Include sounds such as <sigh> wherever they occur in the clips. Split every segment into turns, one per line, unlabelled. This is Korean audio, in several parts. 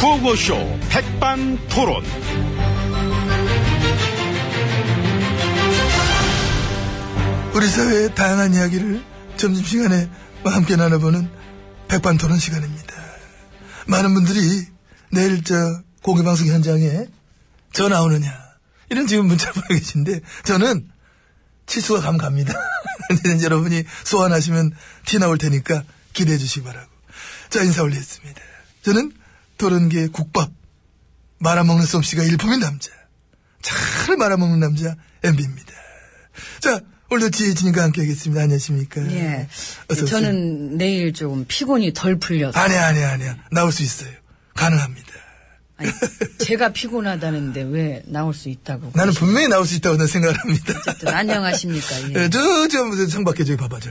라디오쇼 백반 토론.
우리 사회의 다양한 이야기를 점심시간에 함께 나눠보는 백반토론 시간입니다. 많은 분들이 내일 저 공개방송 현장에 전화 오느냐 이런 지금 문자 보내고 계신데 저는 치수가 감 갑니다. <laughs> 이제 여러분이 소환하시면 티 나올 테니까 기대해 주시기 바라고. 자 인사 올리겠습니다. 저는 토론계 국밥 말아먹는 솜씨가 일품인 남자 잘 말아먹는 남자 MB입니다. 자 오늘도 지혜진과 함께하겠습니다. 안녕하십니까?
예.
어서 오세요.
저는 내일 좀 피곤이 덜 풀려서.
아니야, 아니야, 아니야. 나올 수 있어요. 가능합니다.
아니, 제가 피곤하다는데 왜 나올 수 있다고.
나는 분명히 나올 수 있다고 난 생각을 합니다.
어쨌든 안녕하십니까. 예.
예, 저, 저, 무슨 창 밖에 저기 봐봐, 저.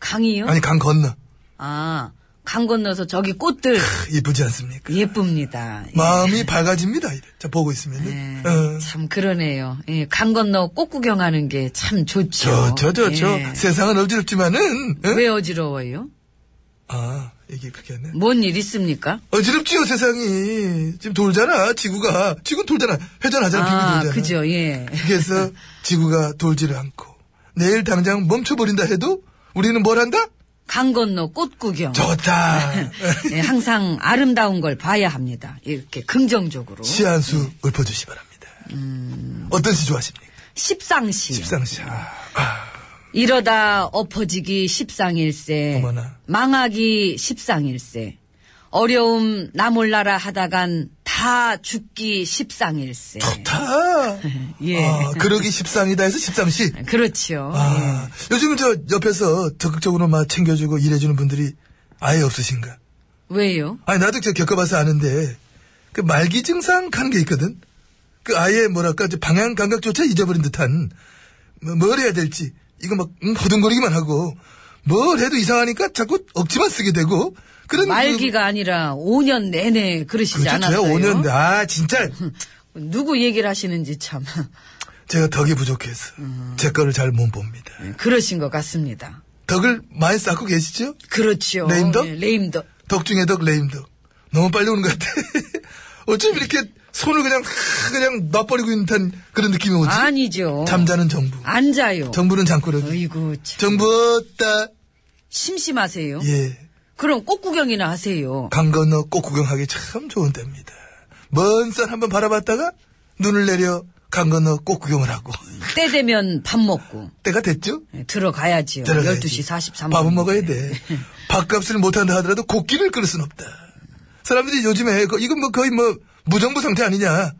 강이요?
아니, 강 건너.
아, 강 건너서 저기 꽃들
크, 이쁘지 않습니까?
예쁩니다. 예.
마음이 밝아집니다. 이래. 자, 보고 있으면.
예,
은 어,
참 그러네요. 예, 강 건너 꽃 구경하는 게 참
저,
좋죠.
저, 저, 저.
예.
세상은 어지럽지만은, 어?
왜 어지러워요?
아, 이게 그렇게 하네.
뭔 일 있습니까?
어지럽지요, 세상이. 지금 돌잖아, 지구가. 지구 돌잖아. 회전하잖아, 비비
아,
돌잖아.
그죠, 예.
그래서 지구가 돌지를 않고 내일 당장 멈춰버린다 해도 우리는 뭘 한다?
강 건너 꽃 구경. <laughs>
좋다.
예, 항상 아름다운 걸 봐야 합니다. 이렇게 긍정적으로.
시한수 읊어주시 기 바랍니다. 어떤 시 좋아하십니까?
십상시.
십상시. 아, 아,
이러다 엎어지기 십상일세.
어머나.
망하기 십상일세. 어려움 나 몰라라 하다간 다 죽기 십상일세.
다.
<laughs> 예.
아, 그러기 십상이다 해서 십상시.
그렇죠.
아, 요즘은 저 옆에서 적극적으로 막 챙겨주고 일해주는 분들이 아예 없으신가?
왜요?
아니 나도 저 겪어봐서 아는데 그 말기 증상 가는 게 있거든. 그 아예 뭐랄까 이제 방향 감각조차 잊어버린 듯한 뭐, 뭘 해야 될지 이거 막 음, 허둥거리기만 하고 뭘 해도 이상하니까 자꾸 억지만 쓰게 되고 그런
말기가 아니라 5년 내내
그,
그러시지
그렇죠. 제가
않았어요?
5년 아 진짜
<laughs> 누구 얘기를 하시는지 참
제가 덕이 부족해서
음.
제 거를 잘 못 봅니다.
그러신 것 같습니다.
덕을 많이 쌓고 계시죠?
그렇죠.
레임덕?
예, 레임덕.
덕 중에 덕 레임덕 너무 빨리 오는 것 같아. <laughs> 어쩜 이렇게 손을 그냥 <laughs> 그냥 놔버리고 있는 듯한 그런 느낌이 오지?
아니죠.
잠자는 정부.
앉아요.
정부는 장꾸러기.
어이구 참
정부 따.
심심하세요.
예.
그럼 꽃 구경이나 하세요.
강 건너 꽃 구경하기 참 좋은 때입니다. 먼 산 한번 바라봤다가 눈을 내려 강 건너 꽃 구경을 하고 <laughs>
때 되면 밥 먹고
때가 됐죠?
예, 들어가야지요.
들어가야지.
12시 43분.
밥은 먹어야 돼.
<laughs>
밥값을 못한다 하더라도 고기를 끓일 순 없다. 사람들이 요즘에 거- 이건 뭐 거의 뭐 무정부 상태 아니냐.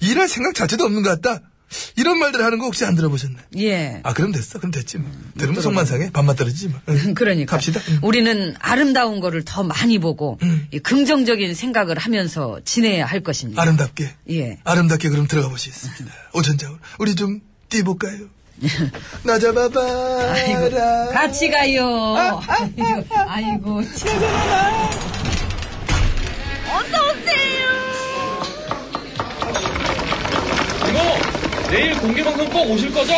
일할 생각 자체도 없는 것 같다. 이런 말들 하는 거 혹시 안 들어보셨나요?
예.
아 그럼 됐어. 그럼 됐지 뭐. 들으면 속만 상해. 밥만 떨어지지 뭐. 응.
음, <laughs> 그러니까
갑시다. 음. 응.
우리는 아름다운 거를 더 많이 보고 이 긍정적인 생각을 하면서 지내야 할 것입니다.
아름답게.
예. 음.
아름답게 그럼 들어가 보시겠습니다. 오전자울. 우리 좀
<laughs>
뛰어볼까요? 나 잡아봐라.
아이고, 같이 가요. 아이고, 아이고. 참.
이모, 내일 공개방송 꼭 오실 거죠?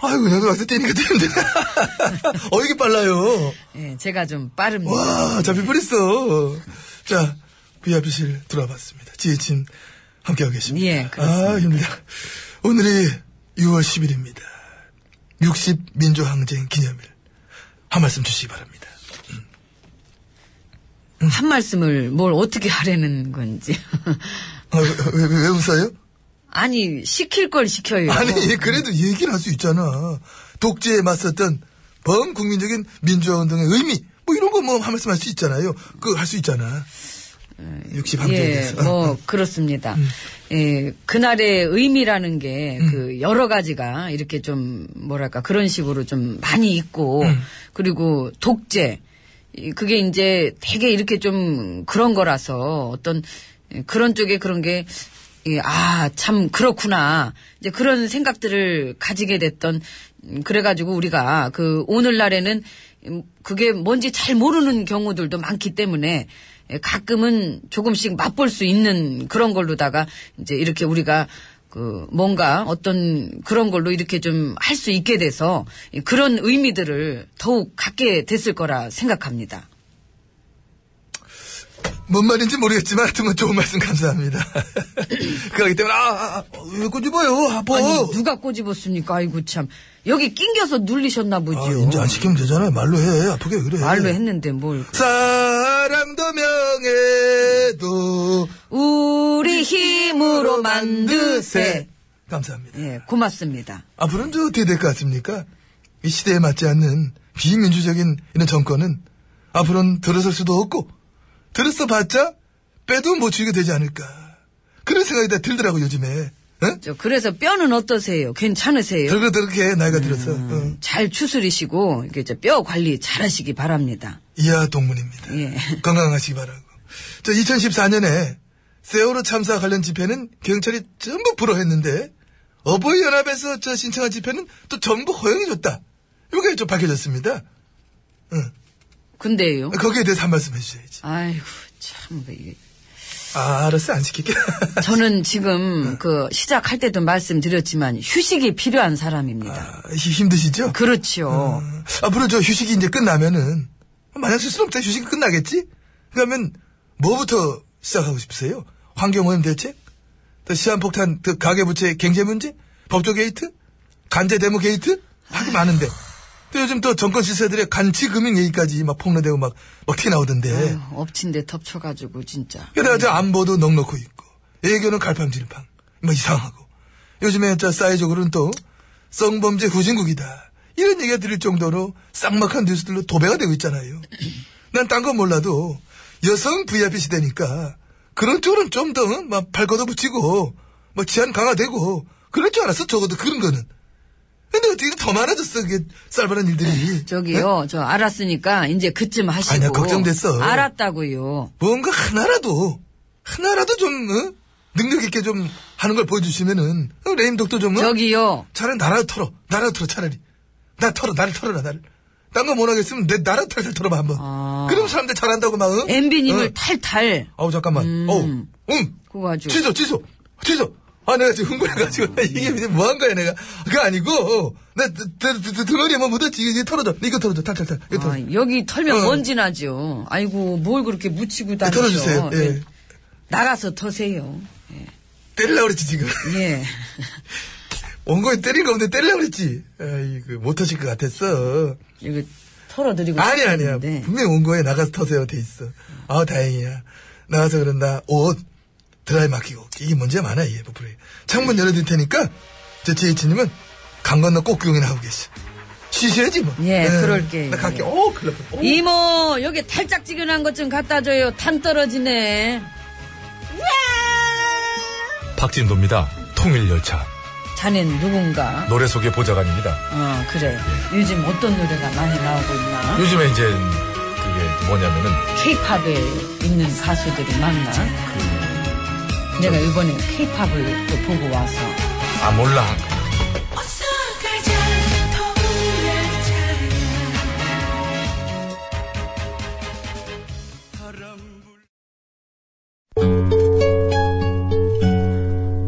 아이고, 나도 와서 뛰니까 뛰는데. <laughs> 어, 이게 빨라요.
예, 제가 좀 빠릅니다.
와, 잡힐 뻔했어. 자, VIP실 들어와 봤습니다. 지혜진 함께하고 계십니다.
예, 그렇습니다.
아, 힘들다. 오늘이 6월 10일입니다. 60 민주항쟁 기념일. 한 말씀 주시기 바랍니다.
음. 한 말씀을 뭘 어떻게 하려는 건지.
아, 왜, 왜, 왜 웃어요?
<laughs> 아니, 시킬 걸 시켜요.
아니 그래도 얘기를 할 수 있잖아. 독재에 맞섰던 범국민적인 민주화 운동의 의미 뭐 이런 거 뭐 말씀할 수 있잖아요. 그 할 수 있잖아. 60 항쟁에
예,
대해서. 음.
뭐 그렇습니다. 예, 그날의 의미라는 게 그 여러 가지가 이렇게 좀 뭐랄까 그런 식으로 좀 많이 있고
음.
그리고 독재 이, 그게 이제 되게 이렇게 좀 그런 거라서 어떤 예, 그런 쪽에 그런 게 예, 아, 참, 그렇구나. 이제 그런 생각들을 가지게 됐던, 음, 그래가지고 우리가 그, 오늘날에는 음, 그게 뭔지 잘 모르는 경우들도 많기 때문에 예, 가끔은 조금씩 맛볼 수 있는 그런 걸로다가 이제 이렇게 우리가 그 뭔가 어떤 그런 걸로 이렇게 좀 할 수 있게 돼서 예, 그런 의미들을 더욱 갖게 됐을 거라 생각합니다.
뭔 말인지 모르겠지만 하여튼 뭐 좋은 말씀
<laughs>
감사합니다. 그렇기 때문에 아, 아, 아, 왜 꼬집어요? 아파.
아니 누가 꼬집었습니까? 아이고 참 여기 낑겨서 눌리셨나
아,
보지요.
인제 안 시키면 되잖아요. 말로 해. 아프게 왜 그래.
말로 했는데 뭘?
사랑도 명예도
우리 힘으로 만드세.
감사합니다.
예, 고맙습니다.
앞으로는 저 어떻게 될 것 같습니까? 이 시대에 맞지 않는 비민주적인 이런 정권은 앞으로는 들어설 수도 없고 들었어 봤자 빼도 못 주게 되지 않을까 그런 생각이 다 들더라고 요즘에 응?
저 그래서 뼈는 어떠세요? 괜찮으세요?
들고 들게 나이가 들었어 응.
잘 추스리시고 이렇게 저뼈 관리 잘하시기 바랍니다.
이하 동문입니다.
예.
건강하시기 바라고. 저 2014년에 세월호 참사 관련 집회는 경찰이 전부 불허했는데 어버이 연합에서 저 신청한 집회는 또 전부 허용해줬다. 이게 좀 밝혀졌습니다.
근데요.
거기에 대해서 한 말씀 해주셔야지.
아이고 참뭐 이게
아, 알았어, 안 시킬게. <laughs>
저는 지금
네.
그 시작할 때도 말씀드렸지만 휴식이 필요한 사람입니다.
아, 히- 힘드시죠?
그렇지요.
어, 앞으로 저 휴식이 이제 끝나면은 마냥 쓸 수는 없다. 휴식이 끝나겠지? 그러면 뭐부터 시작하고 싶으세요? 환경오염 대책? 또 시한폭탄 그 가계부채 갱제 문제? 법조 게이트? 간제 대모 게이트? 하기 많은데. 또 요즘 또 정권 실세들의 간치 금융 얘기까지 막 폭로되고 막, 막 튀어나오던데.
아유, 엎친 데 덮쳐가지고 진짜.
게다가 저 안보도 넉넉고 있고, 애교는 갈팡질팡, 뭐 이상하고. 요즘에 저 사회적으로는 또, 성범죄 후진국이다. 이런 얘기가 들릴 정도로 쌍막한 뉴스들로 도배가 되고 있잖아요. 난 딴 건 몰라도, 여성 VIP 시대니까, 그런 쪽으로는 좀 더, 막, 발걷어 붙이고, 뭐, 치안 강화되고, 그럴 줄 알았어, 적어도 그런 거는. 근데 어떻게 더 많아졌어, 그게, 쌀바른 일들이.
저기요, 저 알았으니까 이제 그쯤 하시고.
아니야, 걱정됐어.
알았다고요.
뭔가 하나라도 하나라도 좀 어? 능력 있게 좀 하는 걸 보여주시면은 어, 레임덕도 좀 어?
저기요.
차라리 나라 털어 나라 털어 차라리 나 털어 나를 털어라 나를 딴 거 못하겠으면 내 나라 털털 털어봐 한번
아.
그럼 사람들 잘한다고 막 어?
엠비님을
어.
탈탈.
아우 잠깐만 어우 음
그거 아주.
취소 취소 취소 아 내가 지금 흥분해가지고 이게 이제 뭐 한 거야 내가 그거 아니고 나 등어리에 뭐 묻었지 이거 털어줘 이거 털어줘 탈탈탈 이거 털어줘
아, 여기 털면
어.
먼지 나죠. 아이고, 뭘 그렇게 묻히고 다니셔.
털어주세요, 예.
예. 나가서 터세요.
때리려고 그랬지 지금
예.
온 거에 때린 거 없는데 때리려고 그랬지. 아이고, 못하실 것 같았어.
이거 털어드리고
아니, 아니야.
싶었는데.
분명히 온 거에 나가서 터세요. 돼 있어. 아 다행이야. 나가서 그런다. 옷, 드라이 맡기고. 올게. 이게 문제 많아, 이게, 부풀이.
네.
창문 열어둘 테니까, 저 제이치님은 강 건너 꽃구경이나 하고 계시. 쉬셔야지, 뭐.
예,
예,
그럴게요.
나 갈게.
예.
오, 큰일 났다. 어, 오.
이모, 여기 탈짝지근한 것 좀 갖다 줘요. 탄 떨어지네.
박진도입니다. 통일열차.
자넨 누군가.
노래 소개 보좌관입니다.
어, 그래. 요즘 어떤 노래가 많이 나오고 있나?
요즘에 이제 그게 뭐냐면은
케이팝에 있는 가수들이 많나? 내가 이번에 케이팝을 또 보고 와서.
아 몰라.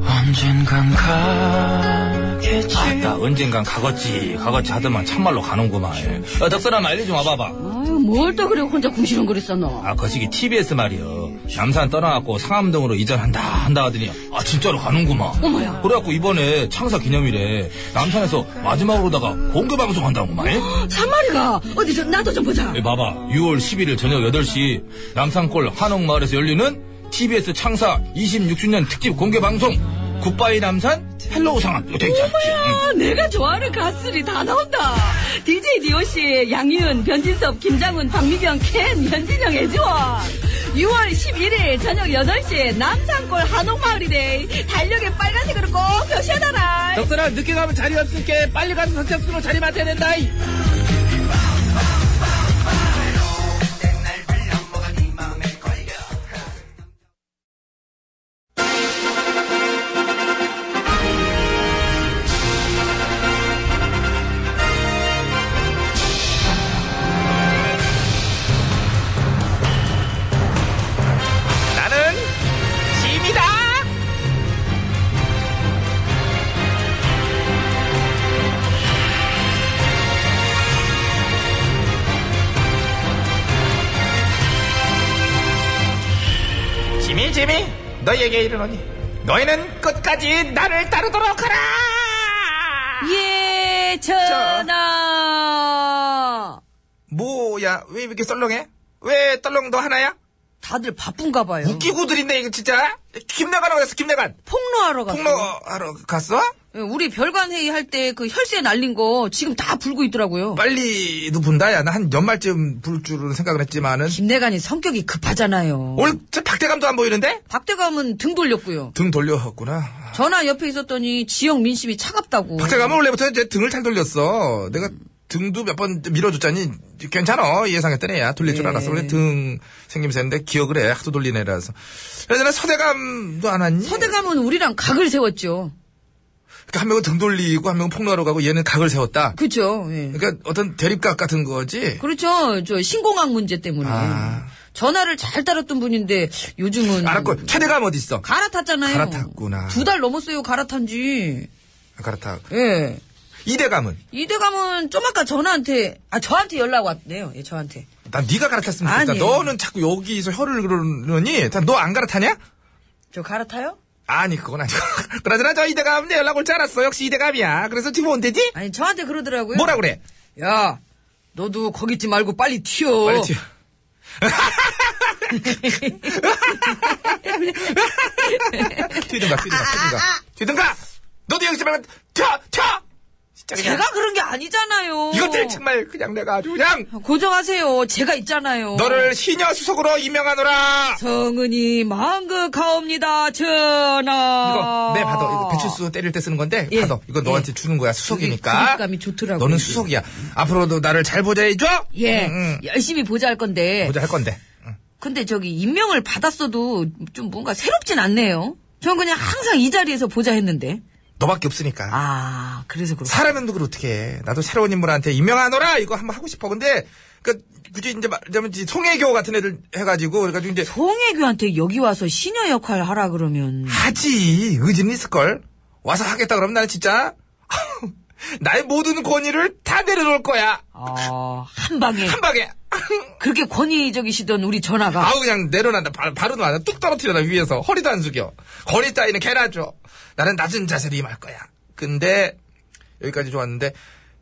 언젠간 가겠지
아따 언젠간 가겠지 가겠지 하더만 참말로 가는구만 어, 덕선아 말리 좀 와봐봐
아유, 뭘 또 그래 혼자 궁시렁거렸어, 너.
아 거시기 TBS 말이여 남산 떠나갖고 상암동으로 이전한다 한다 하더니 아 진짜로 가는구만
어머야.
그래갖고 이번에 창사 기념일에 남산에서 마지막으로다가 공개방송 한다구만
참말이가 어디 좀 나도 좀 보자.
예, 봐봐 6월 11일 저녁 8시 남산골 한옥마을에서 열리는 TBS 창사 26주년 특집 공개방송 굿바이 남산 헬로우 상암 이거 되게 잘
아, 내가 좋아하는 가수들이 다 나온다. DJ 디오씨, 양희은, 변진섭, 김장훈, 박미경, 켄, 현진영, 애지원. 6월 11일 저녁 8시 남산골 한옥마을이래. 달력에 빨간색으로 꼭 표시해놔라.
덕선아 늦게 가면 자리 없을게 빨리 가서 선착순으로 자리 맡아야 된다
아,
지미 지미 너에게 이르노니 너희는 끝까지 나를 따르도록 하라.
예, 전하!
뭐야 왜 이렇게 썰렁해? 왜 떨렁 너 하나야?
다들 바쁜가 봐요.
웃기고들인데 이거 진짜 김나간하고 갔어 김나간
폭로하러 갔어.
폭로하러 갔어?
예, 우리 별관 회의 할 때 그 혈세 날린 거 지금 다 불고 있더라고요.
빨리도 분다야 나 한 연말쯤 불 줄은 생각을 했지만은
김내관이 성격이 급하잖아요.
올저 박대감도 안 보이는데
박대감은 등 돌렸고요.
등 돌려왔구나
전화 옆에 있었더니 지역 민심이 차갑다고.
박대감은 원래부터 이제 등을 잘 돌렸어 내가
음.
등도 몇 번 밀어줬자니 괜찮아 예상했던 애야 돌릴 줄
예.
알았어 원래 등 생김새인데 기억을 해 하도 돌린 애라서 예전에 서대감도 안 왔니?
서대감은 우리랑 각을 세웠죠.
그러니까 한 명은 등 돌리고 한 명은 폭로하러 가고 얘는 각을 세웠다
그죠. 예.
그러니까 어떤 대립각 같은 거지
그렇죠. 저 신공항 문제 때문에.
아.
전화를 잘 따랐던 분인데 요즘은.
알았고 최대감 어디 있어?
갈아탔잖아요.
갈아탔구나.
두 달 넘었어요, 갈아탄 지.
갈아타.
예.
이대감은?
이대감은 좀 아까 전화한테, 아, 저한테 연락 왔네요. 예, 저한테.
난 네가 갈아탔으면 좋겠다.
아니.
너는 자꾸 여기서 혀를 그러느니 너 안 갈아타냐?
저 갈아타요?
아니 그건 아니고. <laughs> 그러잖아 저 이대감 내 연락 올 줄 알았어. 역시 이대감이야. 그래서 지금 온대지?
아니, 저한테 그러더라고요.
뭐라 그래?
야, 너도 거기 있지 말고 빨리 튀어.
빨리
<laughs>
튀어. 튀든가
아,
튀든가 튀든가 튀든가 너도 여기서 말고 튀어 튀어 진짜 그냥
제가 그런 게 아니잖아요.
이것들 정말 그냥 내가 아주 그냥
고정하세요. 제가 있잖아요.
너를 시녀 수석으로 임명하노라
성은이 망극하옵니다, 전하.
이거 내 받아 이거 배칠수 때릴 때 쓰는 건데
어. 예.
받아 이거 너한테
예.
주는 거야
그게
수석이니까
그립감이 좋더라고요,
너는
이게.
수석이야 앞으로도 나를 잘 음, 보좌해줘
예,
응, 응.
열심히 보자 할 건데.
보좌할 건데 응.
근데 저기 임명을 받았어도 좀 뭔가 새롭진 않네요. 전 그냥 항상 이 자리에서 보자 했는데.
너밖에 없으니까
아, 그래서 그렇고.
사람은 그걸 어떻게 해 나도 새로운 인물한테 임명하노라 이거 한번 하고 싶어 근데 그 굳이 이제 말하자면 이제 송혜교 같은 애들 해가지고 그래가지고 이제
송혜교한테 여기 와서 시녀 역할 하라 그러면.
하지 의지는 있을걸 와서 하겠다 그러면 나는 진짜 <laughs> 나의 모든 권위를 다 내려놓을 거야
아, 한 방에.
한 방에
그렇게 권위적이시던 우리 전화가.
아우 그냥 내려놔다 바, 바로 놔다 뚝 떨어뜨려다 위에서 허리도 안 숙여 거리 따위는 개나 줘 나는 낮은 자세로 임할 거야 근데 여기까지 좋았는데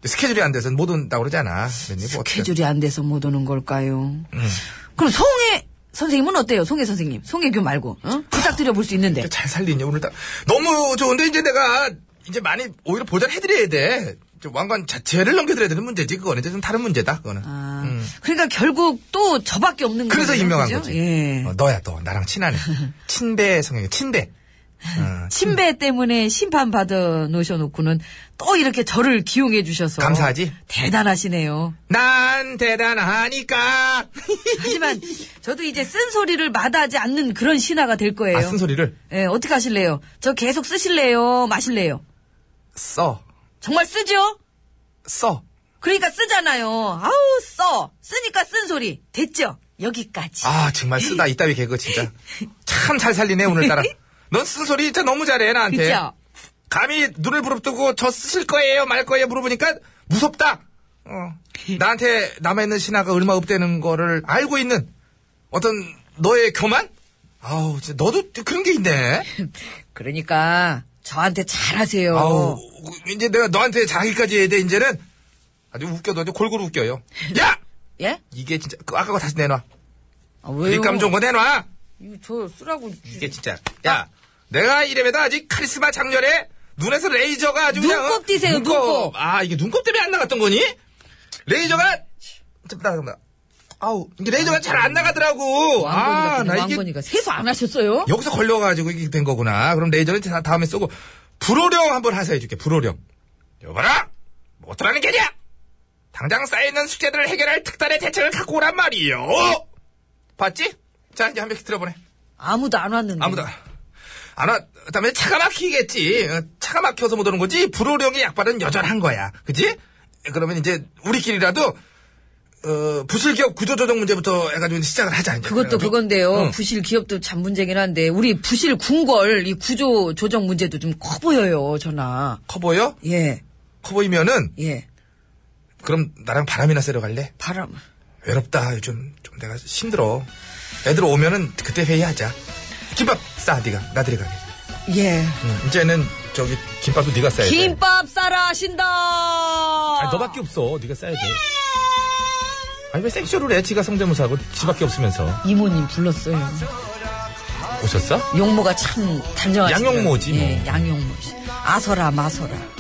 스케줄이 안 돼서 못 온다고 그러잖아 뭐 스케줄
스케줄이 안 돼서 못 오는 걸까요?
음.
그럼 송혜 선생님은 어때요? 송혜 선생님. 송혜교 말고. 어? 부탁드려 볼 수 있는데.
잘 살리니 오늘 딱 너무 좋은데 이제 내가 이제 많이 오히려 보전해드려야 돼 이제 왕관 자체를 넘겨드려야 되는 문제지 그거는 이제 좀 다른 문제다 그거는
아,
음.
그러니까 결국 또 저밖에 없는 거예요.
그래서 임명한
그죠?
거지
예.
어, 너야 너 나랑
<laughs>
친하네 친배 성향이 친배 어,
침배 때문에 심판 받아 놓으셔놓고는 또 이렇게 저를 기용해 주셔서
감사하지?
대단하시네요.
난
<laughs>
대단하니까
하지만 저도 이제 쓴 소리를 마다하지 않는 그런 신화가 될 거예요.
아 쓴소리를
예, 어떻게 하실래요? 저 계속 쓰실래요? 마실래요?
써
정말 쓰죠?
써.
그러니까 쓰잖아요. 아우 써 쓰니까 쓴 소리 됐죠? 여기까지.
아, 정말 쓰다. 이따위 개그 진짜. 참 잘 살리네, 오늘따라. 넌 쓴소리 진짜 너무 잘해, 나한테.
그죠?
감히 눈을 부릅뜨고 저 쓰실 거예요, 말 거예요 물어보니까 무섭다. 어. 나한테 남아있는 신화가 얼마 없다는 거를 알고 있는 어떤 너의 교만? 아우, 진짜 너도 그런 게
<laughs>
있네.
그러니까 저한테 잘하세요.
아우, 이제 내가 너한테 자기까지 해야 돼, 이제는. 아주 웃겨도 아주 골고루 웃겨요. 야!
예?
이게 진짜, 그 아까 거 다시 내놔.
아, 왜요?
입감 좋은 거 내놔!
이거 저 쓰라고.
이게 예, 진짜. 야, 내가 이래봬도 아직 카리스마 장렬해. 눈에서 레이저가 아주 그냥.
눈곱 띄세요, 눈곱.
아, 이게 눈곱 때문에 안 나갔던 거니? 레이저가. 좀 나간다. 아우, 이게 레이저가 잘 안 나가더라고.
왕건이가
아,
그냥
나 이게
왕건이가 세수 안 하셨어요?
여기서 걸려가지고 이게 된 거구나. 그럼 레이저는 다- 다음에 쏘고. 불호령 한번 하사해줄게, 불호령. 여봐라! 뭐 어쩌라는 게냐! 당장 쌓여있는 숙제들을 해결할 특단의 대책을 갖고 오란 말이요! 봤지? 자, 이제 한 명씩 들어보네.
아무도 안 왔는데.
아무도 안 와. 그다음에 차가 막히겠지. 어, 차가 막혀서 못 오는 거지. 불호령의 약발은 여전한 거야. 그지? 그러면 이제 우리끼리라도 어, 부실기업 구조조정 문제부터 해가지고 이제 시작을 하자. 이제.
그것도 그건데요.
아, 응.
부실 기업도 참 문제긴 한데 우리 부실 궁궐 이 구조 조정 문제도 좀 커 보여요, 전화.
커 보여?
예,
커 보이면은
예.
그럼 나랑 바람이나 쐬러 갈래?
바람.
외롭다. 요즘 좀 내가 힘들어. 애들 오면은 그때 회의하자. 김밥 싸 네가 나들이 가게.
예.
응, 이제는 저기 김밥도 네가 싸야 돼.
김밥 싸라 하신다.
아니, 너밖에 없어. 네가 싸야 돼.
아니 왜 생쇼를 해? 지가 성대모사하고 지밖에 없으면서
이모님 불렀어요.
오셨어?
용모가 참 단정하시죠.
양용모지, 뭐.
예, 양용모 씨. 아서라 마서라.